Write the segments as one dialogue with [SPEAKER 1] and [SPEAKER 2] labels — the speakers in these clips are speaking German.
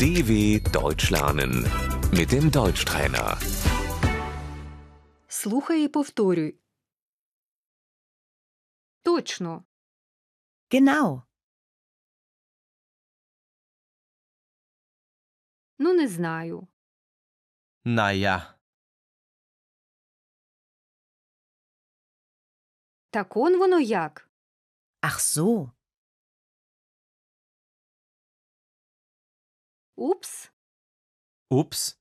[SPEAKER 1] DW Deutsch lernen mit dem Deutschtrainer.
[SPEAKER 2] Слухай і повторюй. Точно.
[SPEAKER 3] Genau.
[SPEAKER 2] Ну, не знаю.
[SPEAKER 4] Naja,
[SPEAKER 2] Так он воно як.
[SPEAKER 3] Ach so.
[SPEAKER 2] Упс.
[SPEAKER 4] ups,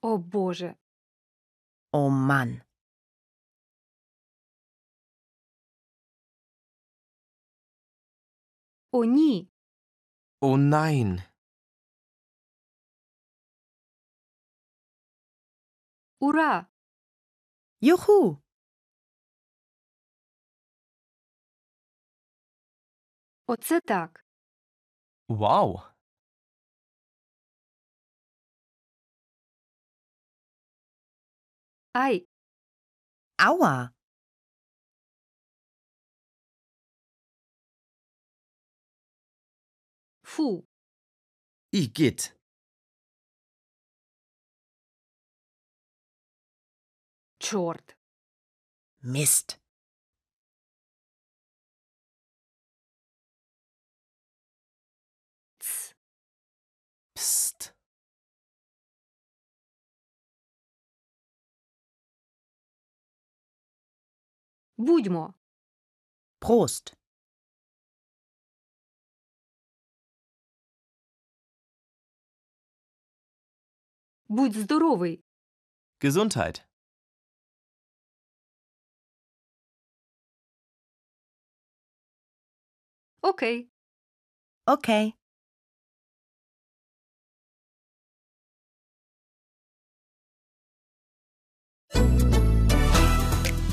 [SPEAKER 2] О Боже.
[SPEAKER 3] Oh Mann.
[SPEAKER 2] О ні.
[SPEAKER 4] oh nein,
[SPEAKER 2] Ура.
[SPEAKER 3] Juhu.
[SPEAKER 2] Оце так.
[SPEAKER 4] wow,
[SPEAKER 2] Ай.
[SPEAKER 3] Aua.
[SPEAKER 2] Фу.
[SPEAKER 4] igitt,
[SPEAKER 2] Чорт.
[SPEAKER 3] Mist.
[SPEAKER 2] Ц.
[SPEAKER 4] pst,
[SPEAKER 2] Будьмо.
[SPEAKER 3] Prost.
[SPEAKER 2] Будь здоровий.
[SPEAKER 4] Gesundheit,
[SPEAKER 2] Окей.
[SPEAKER 3] Okay.